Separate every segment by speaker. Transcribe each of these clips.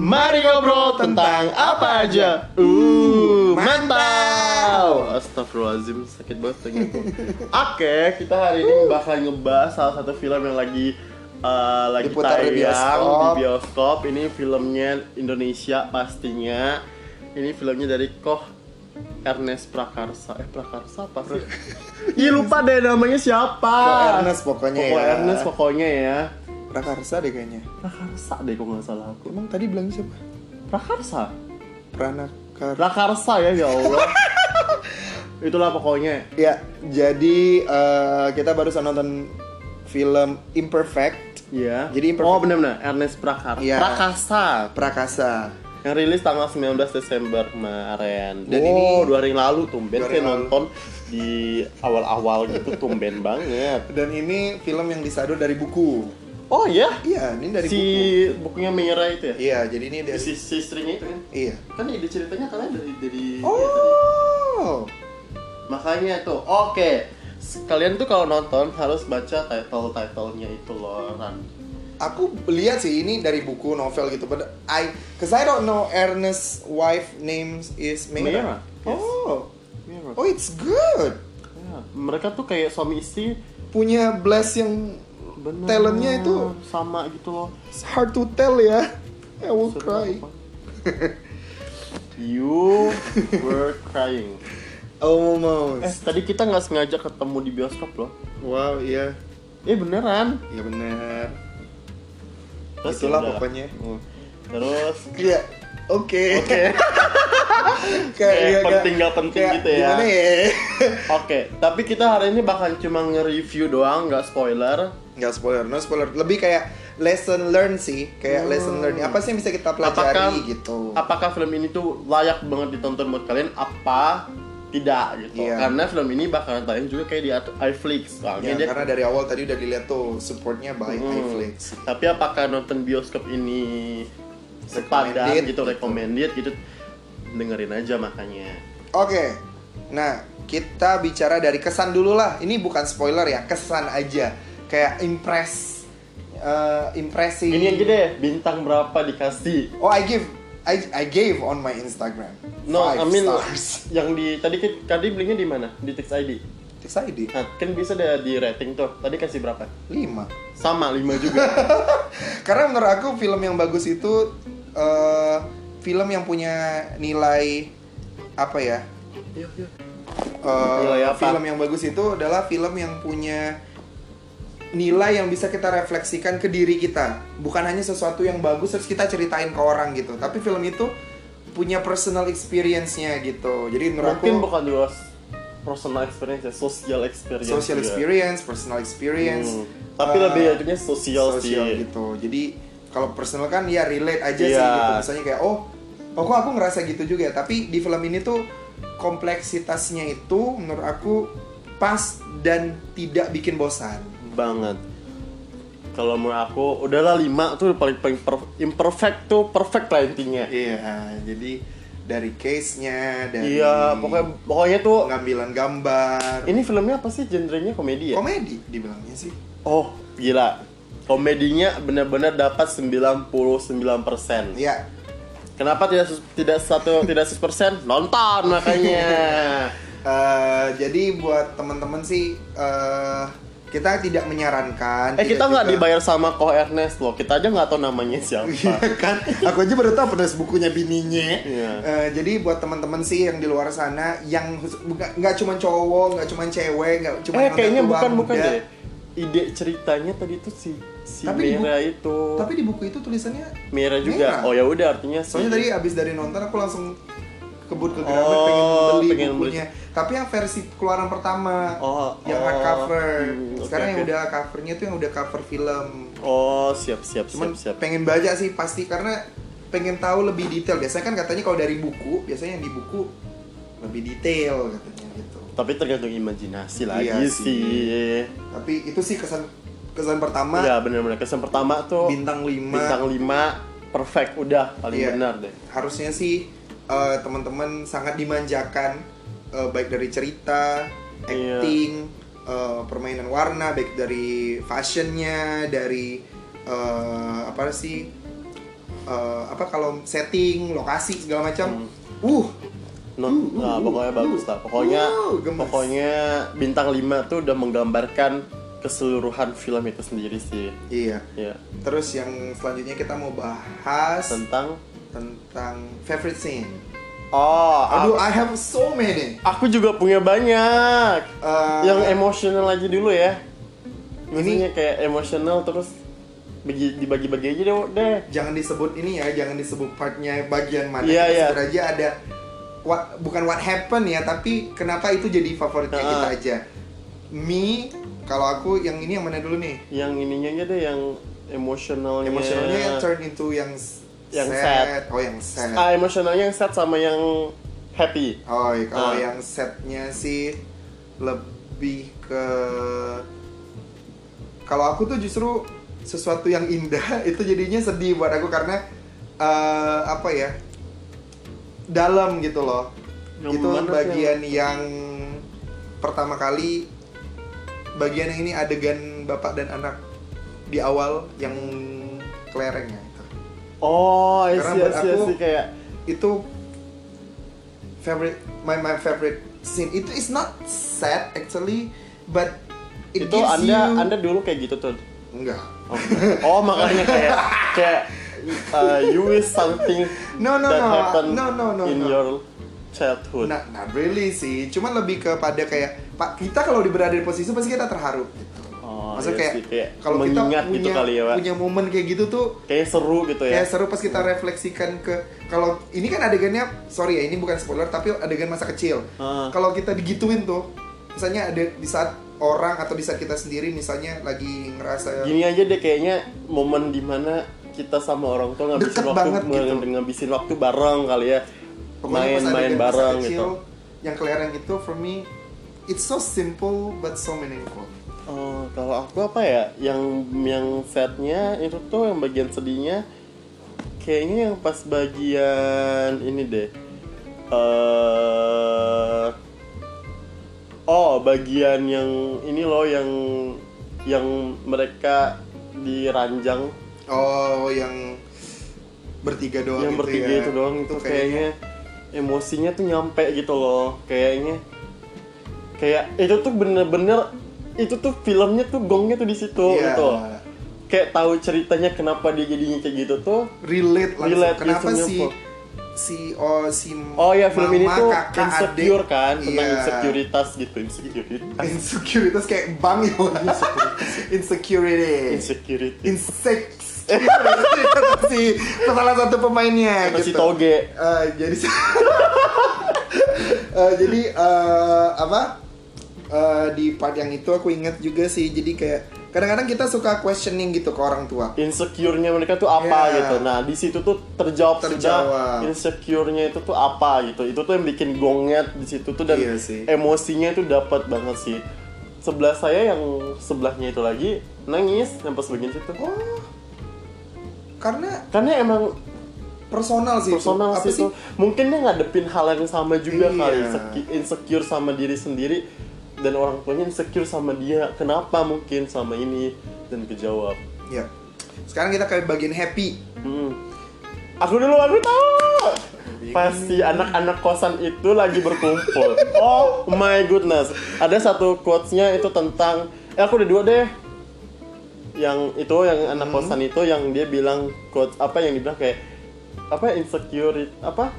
Speaker 1: Mari ngobrol tentang apa aja. Uh, mantap. Astagfirullahaladzim, sakit banget tangan gua. Oke, kita hari ini bakal ngebahas salah satu film yang lagi eh, lagi
Speaker 2: Diputar
Speaker 1: tayang
Speaker 2: di bioskop.
Speaker 1: di bioskop. Ini filmnya Indonesia pastinya. Ini filmnya dari Koh Ernest Prakarsa. Eh Prakarsa apa sih? Ih lupa deh namanya siapa.
Speaker 2: Koh Ernest pokoknya
Speaker 1: Koh
Speaker 2: ya.
Speaker 1: Ernest pokoknya ya.
Speaker 2: Prakarsa deh kayaknya.
Speaker 1: Prakarsa deh kok nggak salah aku.
Speaker 2: Emang tadi bilang siapa?
Speaker 1: Prakarsa?
Speaker 2: Pranakar.
Speaker 1: Prakarsa ya ya Allah. Itulah pokoknya.
Speaker 2: Ya, jadi eh, kita barusan nonton film Imperfect
Speaker 1: Ya.
Speaker 2: Jadi imperfect.
Speaker 1: Oh benar-benar Ernest Prakar.
Speaker 2: Iya.
Speaker 1: Prakasa
Speaker 2: Prakasa.
Speaker 1: yang rilis tanggal 19 Desember kemarin. Dan
Speaker 2: Dan
Speaker 1: ini
Speaker 2: ini-
Speaker 1: dua hari yang lalu tumben
Speaker 2: Dua
Speaker 1: saya
Speaker 2: hari yang lalu.
Speaker 1: nonton di awal-awal gitu tumben banget.
Speaker 2: Dan ini film yang disadur dari buku.
Speaker 1: Oh ya?
Speaker 2: Iya, ini dari
Speaker 1: si
Speaker 2: buku.
Speaker 1: bukunya Mira itu ya?
Speaker 2: Iya, jadi ini dari
Speaker 1: Si, si istrinya itu kan?
Speaker 2: Iya.
Speaker 1: Kan ide ceritanya kalian dari dari ya, tadi.
Speaker 2: Oh.
Speaker 1: Makanya tuh, oke. Kalian tuh kalau nonton harus baca title-titlenya itu loh, Ran.
Speaker 2: Aku lihat sih ini dari buku novel gitu, but I, cause I don't know Ernest's wife names is
Speaker 1: Mira,
Speaker 2: Mira.
Speaker 1: yes.
Speaker 2: Oh, oh it's good.
Speaker 1: Ya, mereka tuh kayak suami istri
Speaker 2: Punya bless yang
Speaker 1: bener
Speaker 2: talentnya itu
Speaker 1: sama gitu loh
Speaker 2: it's hard to tell ya. I will cry.
Speaker 1: you were crying
Speaker 2: Oh,
Speaker 1: eh
Speaker 2: Almost.
Speaker 1: tadi kita nggak sengaja ketemu di bioskop loh
Speaker 2: Wow, iya,
Speaker 1: eh beneran
Speaker 2: iya benar.
Speaker 1: Terus ya
Speaker 2: Itulah
Speaker 1: udah.
Speaker 2: pokoknya.
Speaker 1: terus
Speaker 2: Iya. Oke.
Speaker 1: oke
Speaker 2: Kayak
Speaker 1: Kayak
Speaker 2: iya,
Speaker 1: penting
Speaker 2: kayak-
Speaker 1: nggak penting
Speaker 2: kayak
Speaker 1: gitu ya.
Speaker 2: Gimana ya?
Speaker 1: oke tapi kita hari ini bakal cuma nge-review doang nggak spoiler
Speaker 2: Nggak spoiler, no spoiler. Lebih kayak lesson learn sih, kayak lesson learn. Apa sih yang bisa kita pelajari gitu?
Speaker 1: apakah film ini tuh layak banget ditonton buat kalian apa tidak gitu
Speaker 2: Iya.
Speaker 1: karena film ini bakalan tayang juga kayak di iFlix soalnya
Speaker 2: Ya,
Speaker 1: dia
Speaker 2: karena dari awal tadi udah dilihat tuh supportnya by
Speaker 1: Iya, Hmm.
Speaker 2: iFlix.
Speaker 1: tapi apakah nonton bioskop ini sepadan gitu
Speaker 2: Recommended, gitu.
Speaker 1: recommended gitu dengerin aja makanya
Speaker 2: Oke. Nah, kita bicara dari kesan dulu lah. Ini bukan spoiler ya, kesan aja. Kayak impress eh, impresi.
Speaker 1: ini yang gede bintang berapa dikasih
Speaker 2: Oh, I give I, I gave on my Instagram.
Speaker 1: no
Speaker 2: Five
Speaker 1: I mean
Speaker 2: stars.
Speaker 1: yang di tadi ki- tadi belinya di mana di Tix ID
Speaker 2: Tix ID
Speaker 1: nah, kan bisa ada di rating tuh tadi kasih berapa
Speaker 2: 5.
Speaker 1: sama 5 juga
Speaker 2: Karena menurut aku film yang bagus itu eh, film yang punya nilai apa ya?
Speaker 1: Iya,
Speaker 2: Eh,
Speaker 1: Nilai Iya, apa?
Speaker 2: Film yang bagus itu adalah film yang punya nilai yang bisa kita refleksikan ke diri kita. Bukan hanya sesuatu yang bagus terus kita ceritain ke orang gitu. Tapi film itu punya personal experience-nya gitu. Jadi menurut
Speaker 1: mungkin
Speaker 2: aku
Speaker 1: bukan juga personal experience ya social experience
Speaker 2: social
Speaker 1: juga.
Speaker 2: experience, personal experience.
Speaker 1: Hmm. tapi
Speaker 2: eh,
Speaker 1: lebih akhirnya sosial, sih
Speaker 2: gitu jadi kalau personal kan ya relate aja sih
Speaker 1: Iya.
Speaker 2: gitu misalnya kayak oh oh kok aku ngerasa gitu juga ya tapi di film ini tuh kompleksitasnya itu menurut aku pas dan tidak bikin bosan
Speaker 1: banget kalau menurut aku udahlah lima tuh paling paling per- imperfect tuh perfect lah intinya
Speaker 2: iya jadi dari case nya dari
Speaker 1: iya pokoknya pokoknya tuh
Speaker 2: pengambilan gambar
Speaker 1: ini filmnya apa sih genrenya komedi ya
Speaker 2: komedi dibilangnya sih
Speaker 1: oh gila komedinya benar-benar dapat 99%
Speaker 2: iya
Speaker 1: kenapa tidak sus- tidak satu tidak 100% nonton makanya
Speaker 2: Eh, jadi buat teman-teman sih eh, kita tidak menyarankan
Speaker 1: eh kita
Speaker 2: tidak
Speaker 1: nggak
Speaker 2: juga-
Speaker 1: dibayar sama Ko Ernest loh kita aja nggak tahu namanya
Speaker 2: Iya
Speaker 1: siapa Eh,
Speaker 2: kan? Aku aja baru tahu penulis bukunya bininya.
Speaker 1: Iya.
Speaker 2: Eh, jadi buat teman-teman sih yang di luar sana yang hus- buka- nggak cuma cowok, nggak cuma cewek, nggak cuma
Speaker 1: eh
Speaker 2: yang
Speaker 1: kayaknya
Speaker 2: tua,
Speaker 1: bukan bukan
Speaker 2: muda.
Speaker 1: deh ide ceritanya tadi tuh si si
Speaker 2: Tapi di bu-
Speaker 1: Mira itu
Speaker 2: Tapi di buku itu tulisannya
Speaker 1: Mira juga.
Speaker 2: Mira.
Speaker 1: Oh ya udah artinya si-
Speaker 2: soalnya tadi abis dari nonton aku langsung
Speaker 1: Oh,
Speaker 2: kebut ke Gramet pengen beli
Speaker 1: pengen beli.
Speaker 2: bukunya. Tapi yang versi keluaran pertama.
Speaker 1: Oh,
Speaker 2: yang
Speaker 1: oh.
Speaker 2: hardcover.
Speaker 1: Hmm, oke,
Speaker 2: Sekarang yang
Speaker 1: oke.
Speaker 2: udah covernya tuh yang udah cover film.
Speaker 1: Oh, siap siap
Speaker 2: Cuman
Speaker 1: siap siap.
Speaker 2: pengen baca sih pasti karena pengen tahu lebih detail. Biasanya kan katanya kalau dari buku, biasanya yang di buku lebih detail katanya gitu.
Speaker 1: Tapi tergantung imajinasi lagi
Speaker 2: Iya
Speaker 1: sih.
Speaker 2: Tapi itu sih kesan kesan pertama
Speaker 1: Udah bener-bener kesan pertama tuh
Speaker 2: bintang 5.
Speaker 1: Iya. bintang 5 perfect udah paling
Speaker 2: Iya.
Speaker 1: benar deh.
Speaker 2: Harusnya sih eh, teman-teman sangat dimanjakan eh, baik dari cerita,
Speaker 1: Iya.
Speaker 2: acting, eh, permainan warna, baik dari fashionnya, dari eh, apa sih eh, apa kalau setting, lokasi segala macam.
Speaker 1: Hmm.
Speaker 2: Uh,
Speaker 1: No,
Speaker 2: Uh, uh,
Speaker 1: nah,
Speaker 2: uh,
Speaker 1: pokoknya
Speaker 2: uh.
Speaker 1: bagus lah. Pokoknya
Speaker 2: Uh, gemes.
Speaker 1: pokoknya bintang 5 tuh udah menggambarkan keseluruhan film itu sendiri sih.
Speaker 2: iya.
Speaker 1: Ya,
Speaker 2: Terus yang selanjutnya kita mau bahas
Speaker 1: tentang
Speaker 2: tentang favorite scene.
Speaker 1: Oh,
Speaker 2: Aduh,
Speaker 1: aku,
Speaker 2: I have so many.
Speaker 1: aku juga punya banyak.
Speaker 2: Eh,
Speaker 1: Yang emosional aja dulu ya.
Speaker 2: Ini-
Speaker 1: Ini kayak emosional terus bagi- dibagi-bagi aja deh. deh.
Speaker 2: jangan disebut ini ya, jangan disebut partnya bagian mana.
Speaker 1: Iya,
Speaker 2: Kita
Speaker 1: iya.
Speaker 2: sebut aja ada what- bukan what happened ya, tapi kenapa itu jadi favoritnya
Speaker 1: Ah.
Speaker 2: kita aja. Me kalau aku yang ini yang mana dulu nih?
Speaker 1: Yang ininya aja deh yang emosionalnya.
Speaker 2: Emosionalnya yang turn into yang s-
Speaker 1: Iya. Yang sad.
Speaker 2: Oh, yang sad.
Speaker 1: Ah, emosionalnya yang sad sama yang happy.
Speaker 2: Oh, iya, kalau
Speaker 1: Ah.
Speaker 2: yang setnya sih lebih ke kalau aku tuh justru sesuatu yang indah itu jadinya sedih buat aku karena eh, apa ya dalam gitu loh
Speaker 1: Yang
Speaker 2: itu
Speaker 1: mana sih
Speaker 2: bagian yang pertama kali bagian yang ini adegan bapak dan anak di awal yang kelerengnya itu
Speaker 1: Oh, I
Speaker 2: Karena
Speaker 1: see, I
Speaker 2: buat
Speaker 1: see, I
Speaker 2: aku-
Speaker 1: see. kayak
Speaker 2: itu favorite my my favorite scene itu is not sad actually but it
Speaker 1: itu
Speaker 2: gives
Speaker 1: anda
Speaker 2: you
Speaker 1: anda dulu kayak gitu tuh
Speaker 2: enggak
Speaker 1: oh, Oh, makanya kayak kayak uh, you wish something
Speaker 2: No, no,
Speaker 1: that
Speaker 2: no.
Speaker 1: happened
Speaker 2: No, no, no,
Speaker 1: in
Speaker 2: no.
Speaker 1: your childhood
Speaker 2: nah, not really sih cuman lebih kepada kayak pak kita kalau di berada di posisi pasti kita terharu gitu
Speaker 1: oh,
Speaker 2: maksudnya
Speaker 1: iya
Speaker 2: kayak,
Speaker 1: sih, kayak
Speaker 2: kalau kita
Speaker 1: mengingat
Speaker 2: punya
Speaker 1: gitu kali ya pak
Speaker 2: punya momen kayak gitu tuh
Speaker 1: kayak seru gitu ya
Speaker 2: kayak seru pas kita refleksikan ke kalau ini kan adegannya sorry ya ini bukan spoiler tapi adegan masa kecil
Speaker 1: Ah.
Speaker 2: kalau kita digituin tuh misalnya ada di saat orang atau di saat kita sendiri misalnya lagi ngerasa
Speaker 1: gini aja deh kayaknya momen dimana kita sama orang tua ngabisin
Speaker 2: Deket
Speaker 1: waktu
Speaker 2: banget gitu.
Speaker 1: nge- ngabisin waktu bareng kali ya
Speaker 2: Pokoknya pas
Speaker 1: main-main
Speaker 2: adegan masa
Speaker 1: bareng
Speaker 2: kecil,
Speaker 1: gitu
Speaker 2: yang kelereng itu for me it's so simple but so meaningful
Speaker 1: Oh, kalau aku apa ya? Yang yang setnya itu tuh yang bagian sedihnya kayaknya yang pas bagian ini deh. Eh Oh, bagian yang ini loh yang yang mereka diranjang
Speaker 2: oh yang bertiga doang
Speaker 1: yang
Speaker 2: itu
Speaker 1: bertiga
Speaker 2: ya.
Speaker 1: itu doang itu kayaknya emosinya tuh nyampe gitu loh kayaknya kayak itu tuh bener-bener itu tuh filmnya tuh gongnya tuh di situ
Speaker 2: Iya.
Speaker 1: gitu kayak tahu ceritanya kenapa dia jadinya kayak gitu tuh
Speaker 2: relate langsung
Speaker 1: Relate,
Speaker 2: kenapa
Speaker 1: langsung
Speaker 2: si
Speaker 1: nyempol.
Speaker 2: si oh si
Speaker 1: oh ya film ini
Speaker 2: mama,
Speaker 1: tuh
Speaker 2: kakak,
Speaker 1: insecure
Speaker 2: adik.
Speaker 1: kan tentang
Speaker 2: Iya.
Speaker 1: insekuritas gitu insekuritas
Speaker 2: Insecurities kayak bang ya insecurity
Speaker 1: insecurity
Speaker 2: Iya, insect si salah satu pemainnya
Speaker 1: Kata si
Speaker 2: gitu.
Speaker 1: toge
Speaker 2: Eh, jadi Eh, jadi eh, apa Eh, di part yang itu aku ingat juga sih jadi kayak kadang-kadang kita suka questioning gitu ke orang tua
Speaker 1: insecure-nya mereka tuh apa
Speaker 2: Iya.
Speaker 1: gitu. Nah, di situ tuh terjawab,
Speaker 2: Terjawab.
Speaker 1: sudah insecure-nya itu tuh apa gitu. Itu tuh yang bikin gongnya di situ tuh dan
Speaker 2: Iya sih.
Speaker 1: emosinya itu dapat banget sih. Sebelah saya yang sebelahnya itu lagi nangis yang pas bagian situ.
Speaker 2: oh karena
Speaker 1: Karena emang
Speaker 2: personal sih itu.
Speaker 1: personal
Speaker 2: Apa
Speaker 1: sih itu. Mungkin dia ngadepin hal yang sama juga
Speaker 2: Iya.
Speaker 1: kali, Seki- insecure sama diri sendiri dan orang tuanya insecure sama dia. Kenapa mungkin sama ini dan kejawab.
Speaker 2: ya sekarang kita ke bagian happy
Speaker 1: Hmm. Aku dulu aku tahu. Pasti anak-anak kosan itu lagi berkumpul. Oh my goodness. Ada satu quotes-nya itu tentang eh aku ada dua deh. Yang itu yang anak kosan itu yang dia bilang quotes apa yang dibilang kayak apa insecure apa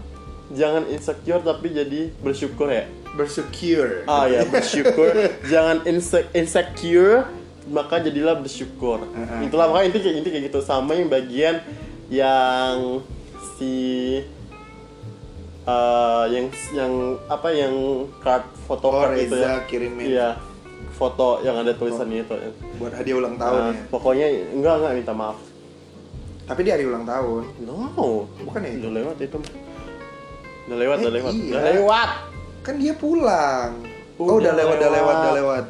Speaker 1: jangan insecure tapi jadi bersyukur ya.
Speaker 2: bersyukur
Speaker 1: Ah ya bersyukur. Jangan inse- insecure maka jadilah bersyukur.
Speaker 2: Heeh.
Speaker 1: Itulah makanya inti kayak inti kayak gitu sama yang bagian yang si eh, yang yang apa yang card foto
Speaker 2: Oh,
Speaker 1: card itu ya.
Speaker 2: Reza kirimin.
Speaker 1: Iya. Foto yang ada
Speaker 2: Oh.
Speaker 1: tulisannya itu.
Speaker 2: buat hadiah ulang tahun
Speaker 1: Nah,
Speaker 2: ya
Speaker 1: pokoknya enggak enggak minta maaf.
Speaker 2: tapi di hari ulang tahun
Speaker 1: No.
Speaker 2: Bukan ya?
Speaker 1: Udah lewat itu. Udah lewat,
Speaker 2: Eh,
Speaker 1: udah lewat.
Speaker 2: iya.
Speaker 1: Udah lewat.
Speaker 2: kan dia pulang oh udah lewat udah lewat udah lewat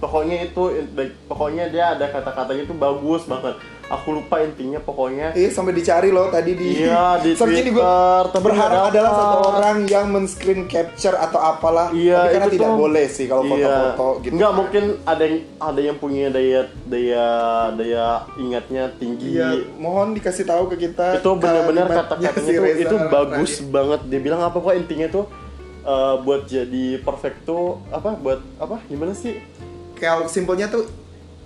Speaker 1: pokoknya itu pokoknya dia ada kata-katanya itu bagus banget aku lupa intinya pokoknya
Speaker 2: Iya sampai dicari loh tadi di
Speaker 1: Iya, di
Speaker 2: search ini gua
Speaker 1: Twitter, tapi
Speaker 2: berharap
Speaker 1: nggak
Speaker 2: adalah
Speaker 1: dapat.
Speaker 2: satu orang yang men-screen capture atau apalah
Speaker 1: Iya,
Speaker 2: tapi karena
Speaker 1: itu
Speaker 2: tidak
Speaker 1: tuh-
Speaker 2: boleh sih kalau foto-foto gitu
Speaker 1: Enggak Iya. mungkin ada yang ada yang punya daya daya daya ingatnya tinggi.
Speaker 2: Iya, mohon dikasih tahu ke kita
Speaker 1: Itu benar-benar
Speaker 2: kalimatnya
Speaker 1: kata-katanya
Speaker 2: si
Speaker 1: itu,
Speaker 2: Reza
Speaker 1: itu
Speaker 2: Rahardian.
Speaker 1: bagus banget. Dia bilang apa kok intinya tuh eh, buat jadi perfect tuh apa buat apa gimana sih?
Speaker 2: Kalau simpelnya tuh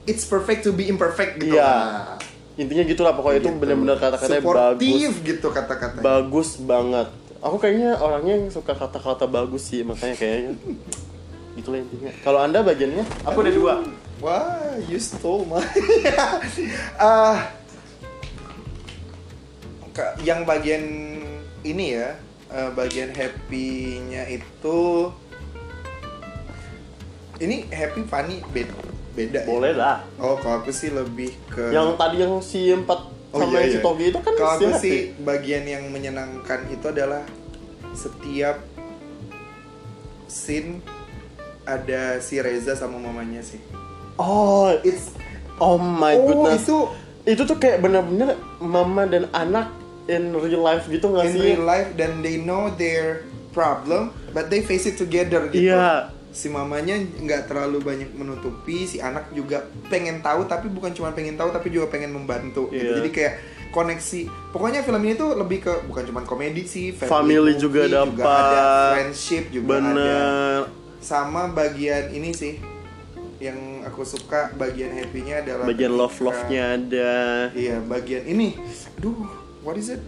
Speaker 2: it's perfect to be imperfect gitu.
Speaker 1: Iya.
Speaker 2: Nah,
Speaker 1: Intinya gitulah pokoknya itu
Speaker 2: gitu.
Speaker 1: benar-benar kata-katanya bagus.
Speaker 2: Supportive gitu kata-katanya.
Speaker 1: Bagus banget. Aku kayaknya orangnya yang suka kata-kata bagus sih, makanya kayaknya gitulah intinya. Kalau Anda bagiannya? Aku ada dua.
Speaker 2: Wah, you stole my. Ah, ke- yang bagian ini ya, eh, bagian happy-nya itu ini happy funny beda beda ya?
Speaker 1: Boleh Ya, lah.
Speaker 2: Oh, kalau aku sih lebih ke
Speaker 1: yang tadi yang si empat
Speaker 2: Oh,
Speaker 1: sama
Speaker 2: iya,
Speaker 1: yang si
Speaker 2: iya.
Speaker 1: Togi itu kan
Speaker 2: Kalau aku
Speaker 1: istirahat
Speaker 2: sih
Speaker 1: sih.
Speaker 2: bagian yang menyenangkan itu adalah setiap scene ada si Reza sama mamanya sih.
Speaker 1: oh it's oh my
Speaker 2: Oh,
Speaker 1: goodness
Speaker 2: itu-
Speaker 1: itu tuh kayak bener-bener mama dan anak in real life gitu nggak
Speaker 2: In
Speaker 1: sih
Speaker 2: real life dan they know their problem but they face it together gitu.
Speaker 1: Iya.
Speaker 2: Si mamanya nggak terlalu banyak menutupi, si anak juga pengen tahu tapi bukan cuma pengen tahu tapi juga pengen membantu. gitu.
Speaker 1: Iya.
Speaker 2: Jadi kayak koneksi. Pokoknya film ini tuh lebih ke bukan cuma komedi sih,
Speaker 1: Family
Speaker 2: movie
Speaker 1: juga dapat.
Speaker 2: ada friendship juga ada.
Speaker 1: bener
Speaker 2: sama bagian ini sih yang aku suka bagian happy-nya adalah
Speaker 1: bagian
Speaker 2: ketika-
Speaker 1: love love nya ada
Speaker 2: iya bagian ini aduh what is it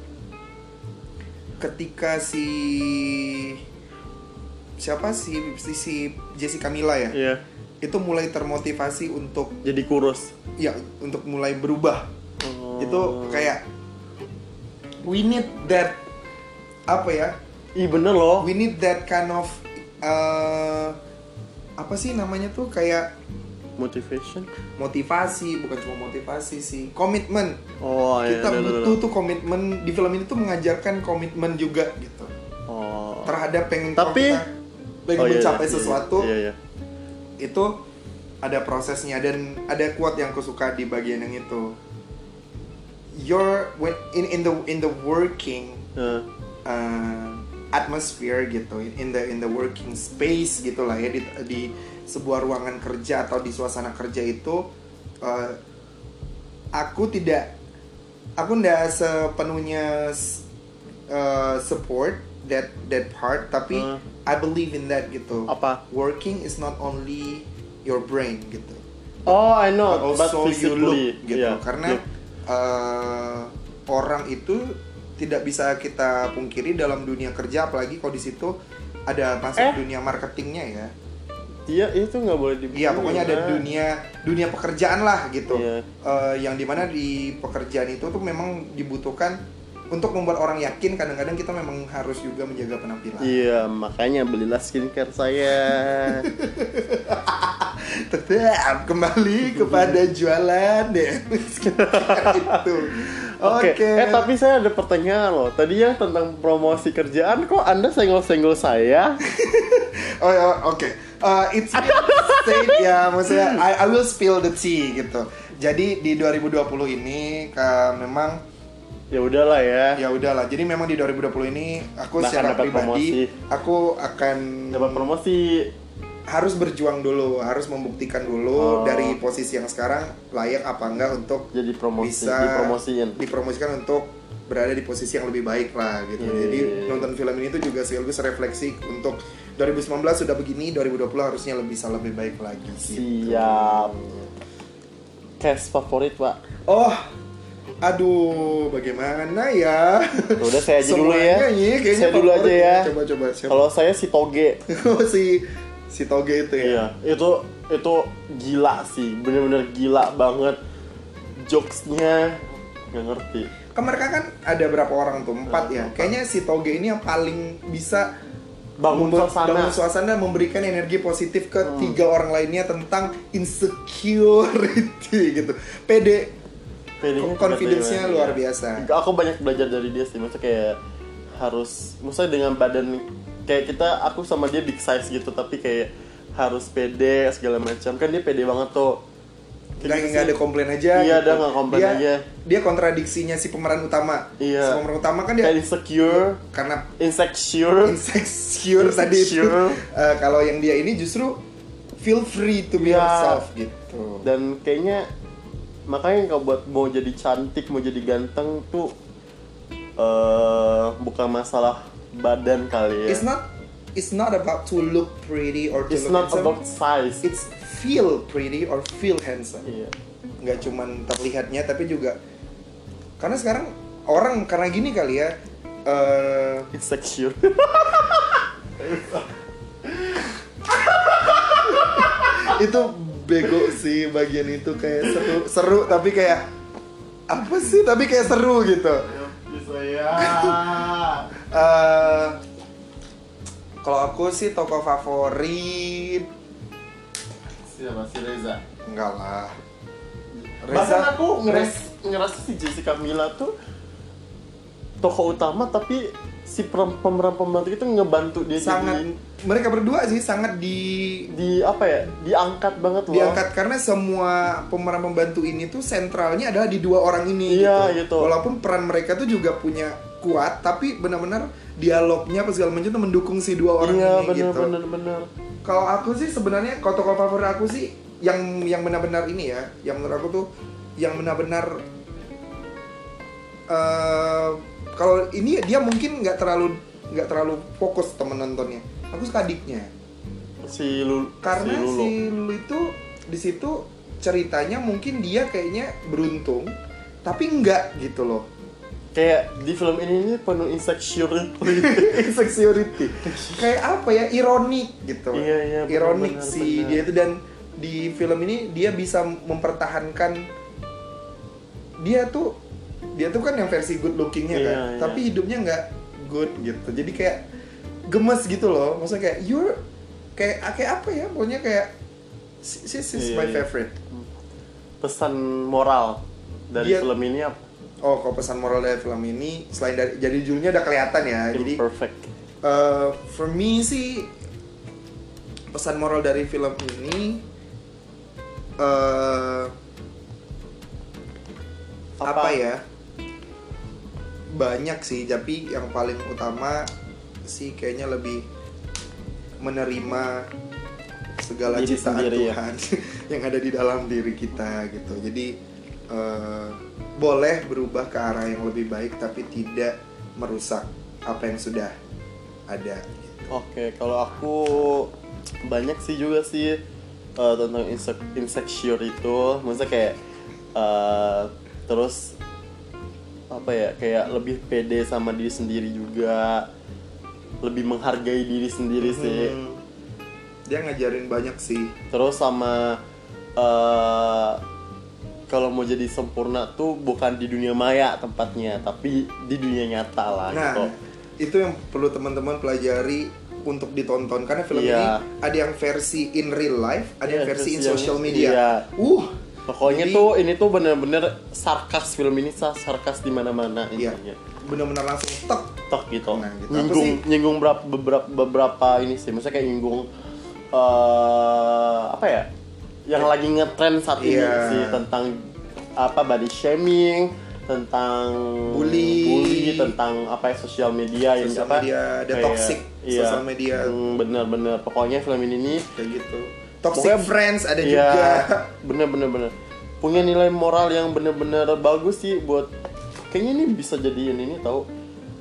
Speaker 2: ketika si siapa si si, si Jessica Mila ya
Speaker 1: Iya.
Speaker 2: itu mulai termotivasi untuk
Speaker 1: jadi kurus
Speaker 2: ya untuk mulai berubah
Speaker 1: Oh.
Speaker 2: itu kayak we need that apa ya
Speaker 1: Ih bener loh
Speaker 2: we need that kind of uh, apa sih namanya tuh kayak
Speaker 1: motivation
Speaker 2: motivasi bukan cuma motivasi sih komitmen
Speaker 1: oh iya
Speaker 2: kita
Speaker 1: bener, bener,
Speaker 2: butuh
Speaker 1: bener.
Speaker 2: tuh komitmen di film ini tuh mengajarkan komitmen juga gitu
Speaker 1: oh
Speaker 2: terhadap
Speaker 1: Tapi-
Speaker 2: pengen kalau kita pengen
Speaker 1: Oh, iya,
Speaker 2: mencapai
Speaker 1: iya, iya,
Speaker 2: sesuatu
Speaker 1: iya, iya.
Speaker 2: itu ada prosesnya dan ada quote yang aku suka di bagian yang itu your when in in the in the working
Speaker 1: Eh,
Speaker 2: uh, atmosphere gitu in the in the working space gitulah ya di, di sebuah ruangan kerja atau di suasana kerja itu uh, aku tidak aku ndak sepenuhnya s- uh, support that that part tapi
Speaker 1: Hmm.
Speaker 2: I believe in that gitu
Speaker 1: Apa?
Speaker 2: working is not only your brain gitu
Speaker 1: oh I know
Speaker 2: but
Speaker 1: but
Speaker 2: also you look
Speaker 1: physically
Speaker 2: gitu
Speaker 1: Iya,
Speaker 2: karena
Speaker 1: look.
Speaker 2: eh, orang itu tidak bisa kita pungkiri dalam dunia kerja apalagi kalau di situ ada masuk
Speaker 1: Eh.
Speaker 2: dunia marketingnya ya
Speaker 1: Iya itu nggak boleh dibikin.
Speaker 2: iya pokoknya ada
Speaker 1: Nah.
Speaker 2: dunia dunia pekerjaan lah gitu
Speaker 1: Iya.
Speaker 2: Eh, yang dimana di pekerjaan itu tuh memang dibutuhkan untuk membuat orang yakin kadang-kadang kita memang harus juga menjaga penampilan
Speaker 1: Iya makanya belilah skincare saya.
Speaker 2: tetap kembali kepada jualan deh gitu. itu
Speaker 1: Oke. Eh tapi saya ada pertanyaan loh. Tadi yang tentang promosi kerjaan kok Anda senggol-senggol saya?
Speaker 2: Oh, ya, oke. Eh, it's state ya maksudnya I, I will spill the tea gitu. Jadi di 2020 ini eh, memang
Speaker 1: ya udahlah ya.
Speaker 2: ya udahlah. Jadi memang di 2020 ini aku
Speaker 1: Bahkan
Speaker 2: secara
Speaker 1: dapat
Speaker 2: pribadi
Speaker 1: promosi.
Speaker 2: aku akan
Speaker 1: Dapat promosi.
Speaker 2: harus berjuang dulu, harus membuktikan
Speaker 1: Oh.
Speaker 2: dulu dari posisi yang sekarang layak apa enggak untuk
Speaker 1: Jadi promosi,
Speaker 2: bisa Gitu.
Speaker 1: dipromosiin.
Speaker 2: dipromosikan untuk berada di posisi yang lebih baik lah gitu.
Speaker 1: Iya,
Speaker 2: Jadi
Speaker 1: iya, iya.
Speaker 2: nonton film ini tuh juga sekaligus refleksi untuk 2019 sudah begini, 2020 harusnya lebih bisa lebih baik lagi gitu.
Speaker 1: Siap. Cash favorit pak.
Speaker 2: Oh, aduh, bagaimana ya?
Speaker 1: Udah saya aja dulu ya.
Speaker 2: Semuanya nih, kayaknya
Speaker 1: Saya dulu aja
Speaker 2: favorit
Speaker 1: ya.
Speaker 2: Coba coba siapa? Oh,
Speaker 1: Kalau saya si Toge.
Speaker 2: si si Toge itu ya.
Speaker 1: Iya, itu itu gila sih, bener-bener gila banget jokesnya nggak ngerti.
Speaker 2: Kemereka kan ada berapa orang tuh? Empat ya. Kayaknya si Toge ini yang paling bisa
Speaker 1: Bangun
Speaker 2: membuat-
Speaker 1: suasana. Hmm.
Speaker 2: bangun suasana dan memberikan energi positif ke tiga orang lainnya tentang insecurity gitu. PD
Speaker 1: Feelingnya
Speaker 2: confidence-nya
Speaker 1: tiba-tiba,
Speaker 2: luar
Speaker 1: iya.
Speaker 2: biasa.
Speaker 1: Aku banyak belajar dari dia sih, maksudnya kayak harus, maksudnya dengan badan kayak kita, aku sama dia big size gitu, tapi kayak harus pede segala macam kan dia pede banget tuh Kayak gitu
Speaker 2: nggak nggak
Speaker 1: sih.
Speaker 2: ada komplain aja gitu.
Speaker 1: Iya, dia nggak komplain
Speaker 2: dia,
Speaker 1: aja.
Speaker 2: dia kontradiksinya si pemeran utama
Speaker 1: Iya.
Speaker 2: si pemeran utama kan dia
Speaker 1: kayak insecure
Speaker 2: karena
Speaker 1: insecure
Speaker 2: insecure tadi itu
Speaker 1: Insecure.
Speaker 2: Eh, kalau yang dia ini justru feel free to be
Speaker 1: Iya.
Speaker 2: yourself gitu
Speaker 1: dan kayaknya makanya kalau buat mau jadi cantik mau jadi ganteng tuh eh bukan masalah badan kali ya
Speaker 2: it's not it's not about to look pretty or to
Speaker 1: It's not
Speaker 2: look handsome
Speaker 1: about size
Speaker 2: it's feel pretty or feel handsome
Speaker 1: iya
Speaker 2: nggak cuman terlihatnya tapi juga karena sekarang orang karena gini kali ya eh
Speaker 1: insecure
Speaker 2: itu bego sih bagian itu kayak seru seru tapi kayak apa sih tapi kayak seru gitu
Speaker 1: bisa ya
Speaker 2: eh kalau aku sih toko favorit
Speaker 1: siapa si Reza
Speaker 2: enggak lah
Speaker 1: bahkan aku ngeres ngerasa si Jessica Mila tuh tokoh utama tapi si perem- pemeran pemeran itu ngebantu dia
Speaker 2: sangat
Speaker 1: jadi
Speaker 2: mereka berdua sih sangat di
Speaker 1: di apa ya diangkat banget loh
Speaker 2: diangkat karena semua pemeran pembantu ini tuh sentralnya adalah di dua orang ini
Speaker 1: Iya, gitu.
Speaker 2: walaupun peran mereka tuh juga punya kuat tapi benar-benar dialognya apa segala macam tuh mendukung si dua orang
Speaker 1: iya
Speaker 2: ini
Speaker 1: bener
Speaker 2: gitu
Speaker 1: bener bener
Speaker 2: kalau aku sih sebenarnya kalau tokoh favorit aku sih yang yang benar-benar ini ya yang menurut aku tuh yang benar-benar eh kalau ini dia mungkin nggak terlalu nggak terlalu fokus temen nontonnya aku suka adiknya
Speaker 1: si Lulu si
Speaker 2: karena si
Speaker 1: Lulu.
Speaker 2: Lulu, itu di situ ceritanya mungkin dia kayaknya beruntung tapi enggak gitu loh
Speaker 1: kayak di film ini ini penuh insecurity
Speaker 2: insecurity kayak apa ya ironik gitu
Speaker 1: Iya, iya, benar,
Speaker 2: ironik
Speaker 1: benar, benar.
Speaker 2: sih dia itu dan di film ini dia bisa mempertahankan dia tuh dia tuh kan yang versi good lookingnya
Speaker 1: Iya,
Speaker 2: kan
Speaker 1: iya.
Speaker 2: tapi hidupnya nggak good gitu jadi kayak gemes gitu loh maksudnya kayak you're kayak kayak apa ya pokoknya kayak she's, she's
Speaker 1: Iya,
Speaker 2: my
Speaker 1: iya.
Speaker 2: favorite
Speaker 1: pesan moral dari
Speaker 2: Iya.
Speaker 1: film ini apa
Speaker 2: Oh, kalau pesan moral dari film ini selain dari jadi judulnya udah kelihatan ya. Jadi
Speaker 1: imperfect
Speaker 2: eh, for me sih pesan moral dari film ini eh apa? ya? Banyak sih, tapi yang paling utama sih kayaknya lebih menerima segala
Speaker 1: Diri
Speaker 2: ciptaan
Speaker 1: sendiri ya.
Speaker 2: Tuhan yang ada di dalam diri kita gitu. Jadi eh, boleh berubah ke arah yang lebih baik tapi tidak merusak apa yang sudah ada.
Speaker 1: Oke, kalau aku banyak sih juga sih eh, tentang insek insecure itu, maksudnya kayak eh, terus apa ya kayak lebih pede sama diri sendiri juga, lebih menghargai diri sendiri Iya sih,
Speaker 2: Hmm. Dia ngajarin banyak sih.
Speaker 1: terus sama eh, kalau mau jadi sempurna tuh bukan di dunia maya tempatnya, tapi di dunia nyata lah gitu.
Speaker 2: Nah, itu yang perlu teman-teman pelajari untuk ditonton karena film
Speaker 1: Iya.
Speaker 2: ini ada yang versi in real life, ada yang
Speaker 1: Iya,
Speaker 2: versi in
Speaker 1: versi yang-
Speaker 2: social
Speaker 1: iya.
Speaker 2: media. Uh,
Speaker 1: Pokoknya
Speaker 2: Jadi-
Speaker 1: tuh ini tuh bener-bener sarkas film ini sar- sarkas di mana-mana
Speaker 2: iya.
Speaker 1: intinya.
Speaker 2: Benar-benar langsung tek.
Speaker 1: Tok gitu.
Speaker 2: Nah, gitu. Aku
Speaker 1: Nyinggung
Speaker 2: sih-
Speaker 1: nyinggung berapa beberapa, beberapa ini sih. Maksudnya kayak nyinggung eh apa ya? Yang lagi ngetren saat ini
Speaker 2: Iya.
Speaker 1: sih tentang apa body shaming, tentang
Speaker 2: Bully.
Speaker 1: bully, tentang apa ya sosial media yang
Speaker 2: Sosial
Speaker 1: apa?
Speaker 2: media, ada
Speaker 1: kayak-
Speaker 2: toxic
Speaker 1: iya.
Speaker 2: sosial media.
Speaker 1: Hmm, Bener-bener. Pokoknya film ini nih
Speaker 2: Kayak gitu. Toxic
Speaker 1: Pokoknya-
Speaker 2: friends ada
Speaker 1: Iya,
Speaker 2: juga.
Speaker 1: bener bener bener punya nilai moral yang bener-bener bagus sih buat kayaknya ini bisa jadiin ini tahu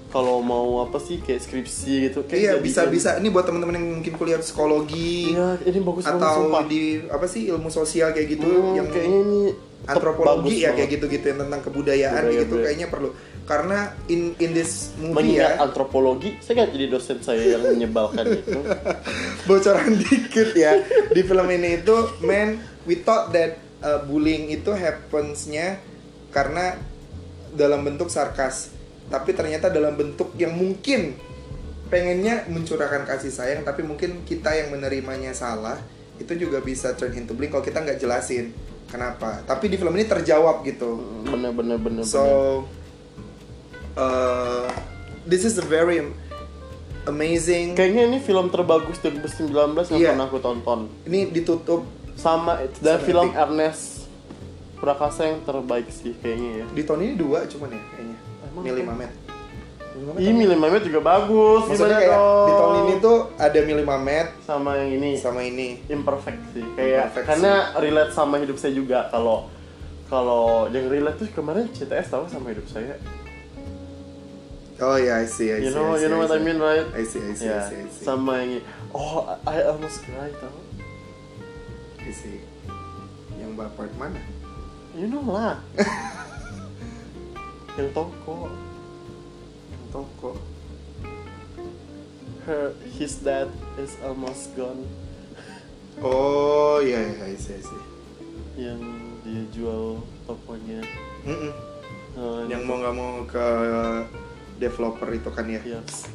Speaker 1: kalau mau apa sih kayak skripsi gitu kayak
Speaker 2: Iya,
Speaker 1: jadiin-
Speaker 2: bisa-bisa. Ini buat teman-teman yang mungkin kuliah psikologi
Speaker 1: iya ini bagus banget
Speaker 2: atau
Speaker 1: sumpah.
Speaker 2: di apa sih ilmu sosial kayak gitu
Speaker 1: Hmm,
Speaker 2: yang
Speaker 1: kayaknya ini tetap bagus
Speaker 2: antropologi ya
Speaker 1: banget.
Speaker 2: kayak gitu-gitu yang tentang kebudayaan
Speaker 1: Budaya,
Speaker 2: gitu
Speaker 1: budaya.
Speaker 2: kayaknya perlu karena in in this movie
Speaker 1: mengingat
Speaker 2: ya
Speaker 1: antropologi saya nggak jadi dosen saya yang menyebalkan itu
Speaker 2: bocoran dikit ya di film ini itu man we thought that uh, bullying itu happensnya karena dalam bentuk sarkas tapi ternyata dalam bentuk yang mungkin pengennya mencurahkan kasih sayang tapi mungkin kita yang menerimanya salah itu juga bisa turn into bullying kalau kita nggak jelasin kenapa tapi di film ini terjawab gitu
Speaker 1: bener bener bener bener.
Speaker 2: so uh, this is a very amazing.
Speaker 1: Kayaknya ini film terbagus 2019 yang
Speaker 2: Iya.
Speaker 1: pernah aku tonton.
Speaker 2: Ini ditutup
Speaker 1: Sama dan
Speaker 2: Sama
Speaker 1: film
Speaker 2: Epic.
Speaker 1: Ernest Prakasa yang terbaik sih kayaknya ya.
Speaker 2: di tahun ini dua cuman ya kayaknya. Milih Mamet. Milih Mamet
Speaker 1: Ih, Mili Mamet juga bagus. Gimana
Speaker 2: Maksudnya kayak
Speaker 1: dong?
Speaker 2: di tahun ini tuh ada Mili Mamet
Speaker 1: sama yang ini
Speaker 2: sama ini.
Speaker 1: imperfect sih. Kayak
Speaker 2: Imperfect
Speaker 1: karena relate sama hidup saya juga kalau kalau yang relate tuh kemarin CTS tahu sama hidup saya.
Speaker 2: Oh ya, I see, I
Speaker 1: You
Speaker 2: see. I
Speaker 1: know,
Speaker 2: see,
Speaker 1: you know
Speaker 2: I
Speaker 1: what I
Speaker 2: see.
Speaker 1: mean, right?
Speaker 2: I see, I see,
Speaker 1: Ya,
Speaker 2: I see, I see.
Speaker 1: sama yang ini. Oh, I almost cried tau.
Speaker 2: I see. Yang bapak mana?
Speaker 1: You know lah. yang toko.
Speaker 2: Yang toko.
Speaker 1: Her, his dad is almost gone.
Speaker 2: Oh ya, ya, I see, I see.
Speaker 1: Yang dia jual tokonya.
Speaker 2: Mm-mm.
Speaker 1: Uh,
Speaker 2: Yang mau nggak mau ke developer itu kan ya.
Speaker 1: Yes.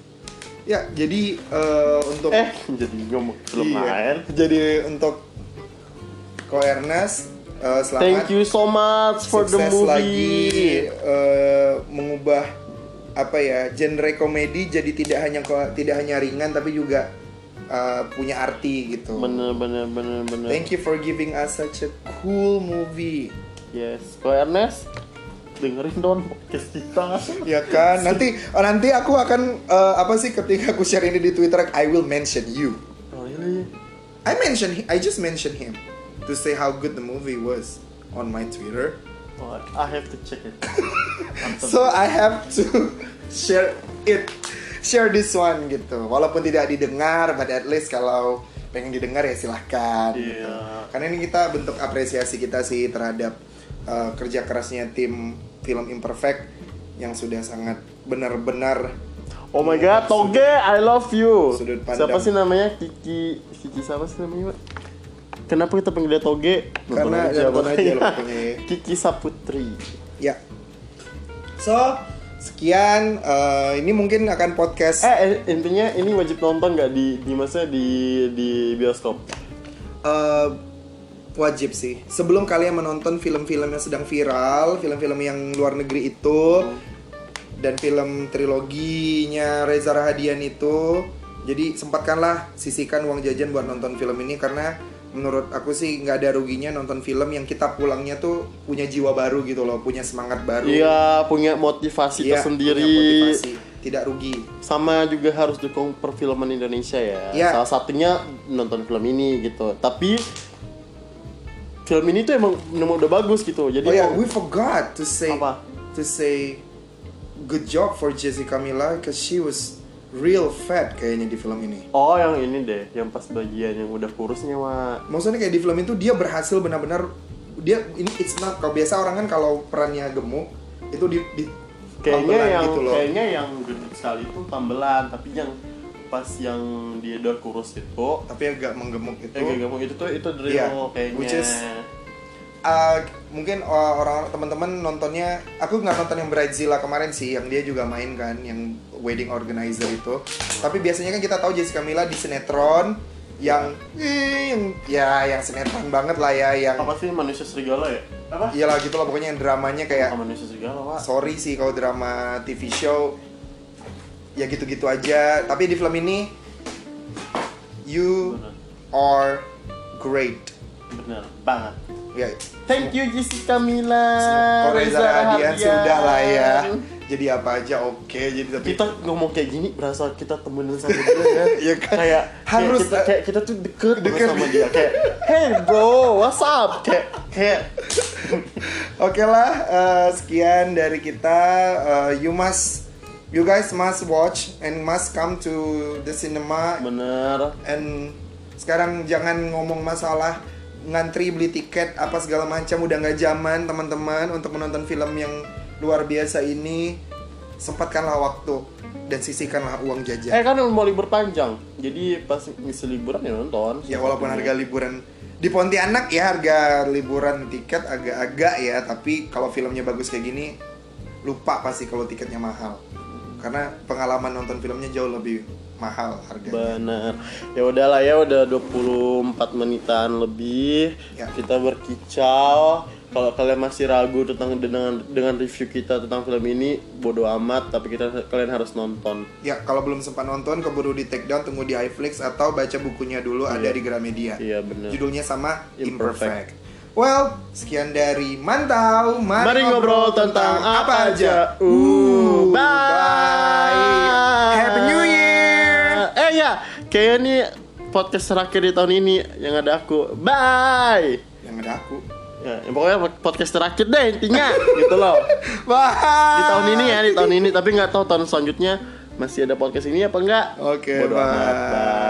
Speaker 2: Ya, jadi eh, untuk
Speaker 1: Eh, jadi ngomong film
Speaker 2: Iya.
Speaker 1: lain.
Speaker 2: Jadi untuk Ko Ernest eh, selamat
Speaker 1: Thank you so much for the
Speaker 2: sukses
Speaker 1: movie.
Speaker 2: lagi eh, mengubah apa ya genre komedi jadi tidak hanya ko- tidak hanya ringan tapi juga eh, punya arti gitu.
Speaker 1: Bener bener bener bener.
Speaker 2: Thank you for giving us such a cool movie.
Speaker 1: Yes, Ko Ernest dengerin don podcast kita.
Speaker 2: Ya kan? Nanti nanti aku akan eh, apa sih ketika aku share ini di Twitter I will mention you.
Speaker 1: Oh, really?
Speaker 2: I mention I just mentioned him to say how good the movie was on my Twitter.
Speaker 1: Oh, I have to check it.
Speaker 2: So I have to share it, share this one gitu. Walaupun tidak didengar, but at least kalau pengen didengar ya silahkan. gitu.
Speaker 1: Iya.
Speaker 2: Karena ini kita bentuk apresiasi kita sih terhadap uh, kerja kerasnya tim film imperfect yang sudah sangat benar-benar
Speaker 1: Oh my god, Toge, I love you.
Speaker 2: Sudut pandang.
Speaker 1: Siapa sih namanya? Kiki, Kiki siapa sih namanya? Pak? Kenapa kita panggil dia Toge? Nonton
Speaker 2: Karena ya, nonton aja
Speaker 1: makanya.
Speaker 2: loh pokoknya ya.
Speaker 1: Kiki Saputri.
Speaker 2: ya. So sekian uh, ini mungkin akan podcast
Speaker 1: Eh, eh, intinya ini wajib nonton nggak di di maksudnya di di bioskop?
Speaker 2: eh wajib sih. Sebelum kalian menonton film-film yang sedang viral, film-film yang luar negeri itu, dan film triloginya Reza Rahadian itu, jadi sempatkanlah sisihkan uang jajan buat nonton film ini karena menurut aku sih nggak ada ruginya nonton film yang kita pulangnya tuh punya jiwa baru gitu loh, punya semangat baru.
Speaker 1: Iya, punya motivasi
Speaker 2: Iya,
Speaker 1: tersendiri.
Speaker 2: punya motivasi. tidak rugi.
Speaker 1: sama juga harus dukung perfilman Indonesia ya.
Speaker 2: Iya.
Speaker 1: Salah satunya nonton film ini gitu. Tapi film ini tuh emang emang udah bagus gitu. Jadi
Speaker 2: Oh ya,
Speaker 1: mau-
Speaker 2: we forgot to say
Speaker 1: Apa?
Speaker 2: to say good job for Jessica Mila because she was real fat kayaknya di film ini.
Speaker 1: Oh, yang ini deh, yang pas bagian yang udah kurusnya, Wak.
Speaker 2: Maksudnya kayak di film itu dia berhasil benar-benar dia ini it's not kalau biasa orang kan kalau perannya gemuk itu di, di-
Speaker 1: Kayaknya
Speaker 2: tambelan
Speaker 1: yang
Speaker 2: gitu loh.
Speaker 1: kayaknya yang gendut sekali itu tambelan, tapi yang pas yang dia udah kurus itu,
Speaker 2: tapi agak menggemuk itu.
Speaker 1: eh gak mau itu tuh itu real
Speaker 2: Iya,
Speaker 1: kayaknya.
Speaker 2: which is- Ah, mungkin uh, orang-orang teman-teman nontonnya aku nggak nonton yang Bridezilla kemarin sih yang dia juga main kan yang wedding organizer itu tapi biasanya kan kita tahu Jessica Mila di sinetron yang eh, yang ya yang sinetron banget lah ya yang
Speaker 1: apa sih manusia serigala ya? Apa?
Speaker 2: iyalah gitu lah pokoknya yang dramanya
Speaker 1: Ah,
Speaker 2: kayak
Speaker 1: manusia serigala, Wak.
Speaker 2: sorry sih kalau drama TV show ya gitu-gitu aja tapi di film ini you
Speaker 1: Bener.
Speaker 2: are great
Speaker 1: Bener banget.
Speaker 2: ya
Speaker 1: Thank you Jessica Mila.
Speaker 2: Kalau Reza Radian
Speaker 1: Rahadian.
Speaker 2: sudah lah ya. Jadi apa aja oke. Jadi tapi
Speaker 1: Kita ngomong kayak gini berasa kita temenan sama dia ya.
Speaker 2: Iya kan?
Speaker 1: Kayak
Speaker 2: Harus,
Speaker 1: kayak kita,
Speaker 2: eh.
Speaker 1: kayak kita tuh deket, banget
Speaker 2: Deket.
Speaker 1: sama dia kayak hey bro, what's up? Kayak kayak
Speaker 2: oke lah. eh, sekian dari kita. Eh, you must, you guys must watch and must come to the cinema.
Speaker 1: bener.
Speaker 2: And sekarang jangan ngomong masalah ngantri beli tiket apa segala macam udah nggak zaman teman-teman untuk menonton film yang luar biasa ini sempatkanlah waktu dan sisihkanlah uang jajan.
Speaker 1: Eh kan mau libur panjang. Jadi pas ngisi liburan ya nonton.
Speaker 2: Ya walaupun harga liburan di Pontianak ya harga liburan tiket agak-agak ya, tapi kalau filmnya bagus kayak gini lupa pasti kalau tiketnya mahal. Karena pengalaman nonton filmnya jauh lebih mahal
Speaker 1: Iya.
Speaker 2: harganya.
Speaker 1: Bener. Ya udahlah ya udah 24 menitan lebih.
Speaker 2: Ya.
Speaker 1: Kita berkicau. Kalau kalian masih ragu tentang dengan dengan review kita tentang film ini, bodoh amat tapi kita kalian harus nonton.
Speaker 2: Ya, kalau belum sempat nonton keburu di take down tunggu di iFlix atau baca bukunya dulu ada di Gramedia.
Speaker 1: Iya bener.
Speaker 2: Judulnya sama
Speaker 1: Imperfect.
Speaker 2: Imperfect. Well, sekian dari Mantau. Mari,
Speaker 1: Mari ngobrol tentang apa aja. Uh, bye.
Speaker 2: Happy New Year.
Speaker 1: Eh ya, kayaknya ini podcast terakhir di tahun ini yang ada aku. Bye.
Speaker 2: Yang ada aku.
Speaker 1: Ya, yang pokoknya podcast terakhir deh intinya gitu loh.
Speaker 2: Bye.
Speaker 1: Di tahun ini
Speaker 2: Ah.
Speaker 1: ya, di tahun ini tapi nggak tahu tahun selanjutnya masih ada podcast ini apa enggak.
Speaker 2: Oke,
Speaker 1: Bodo amat.
Speaker 2: bye.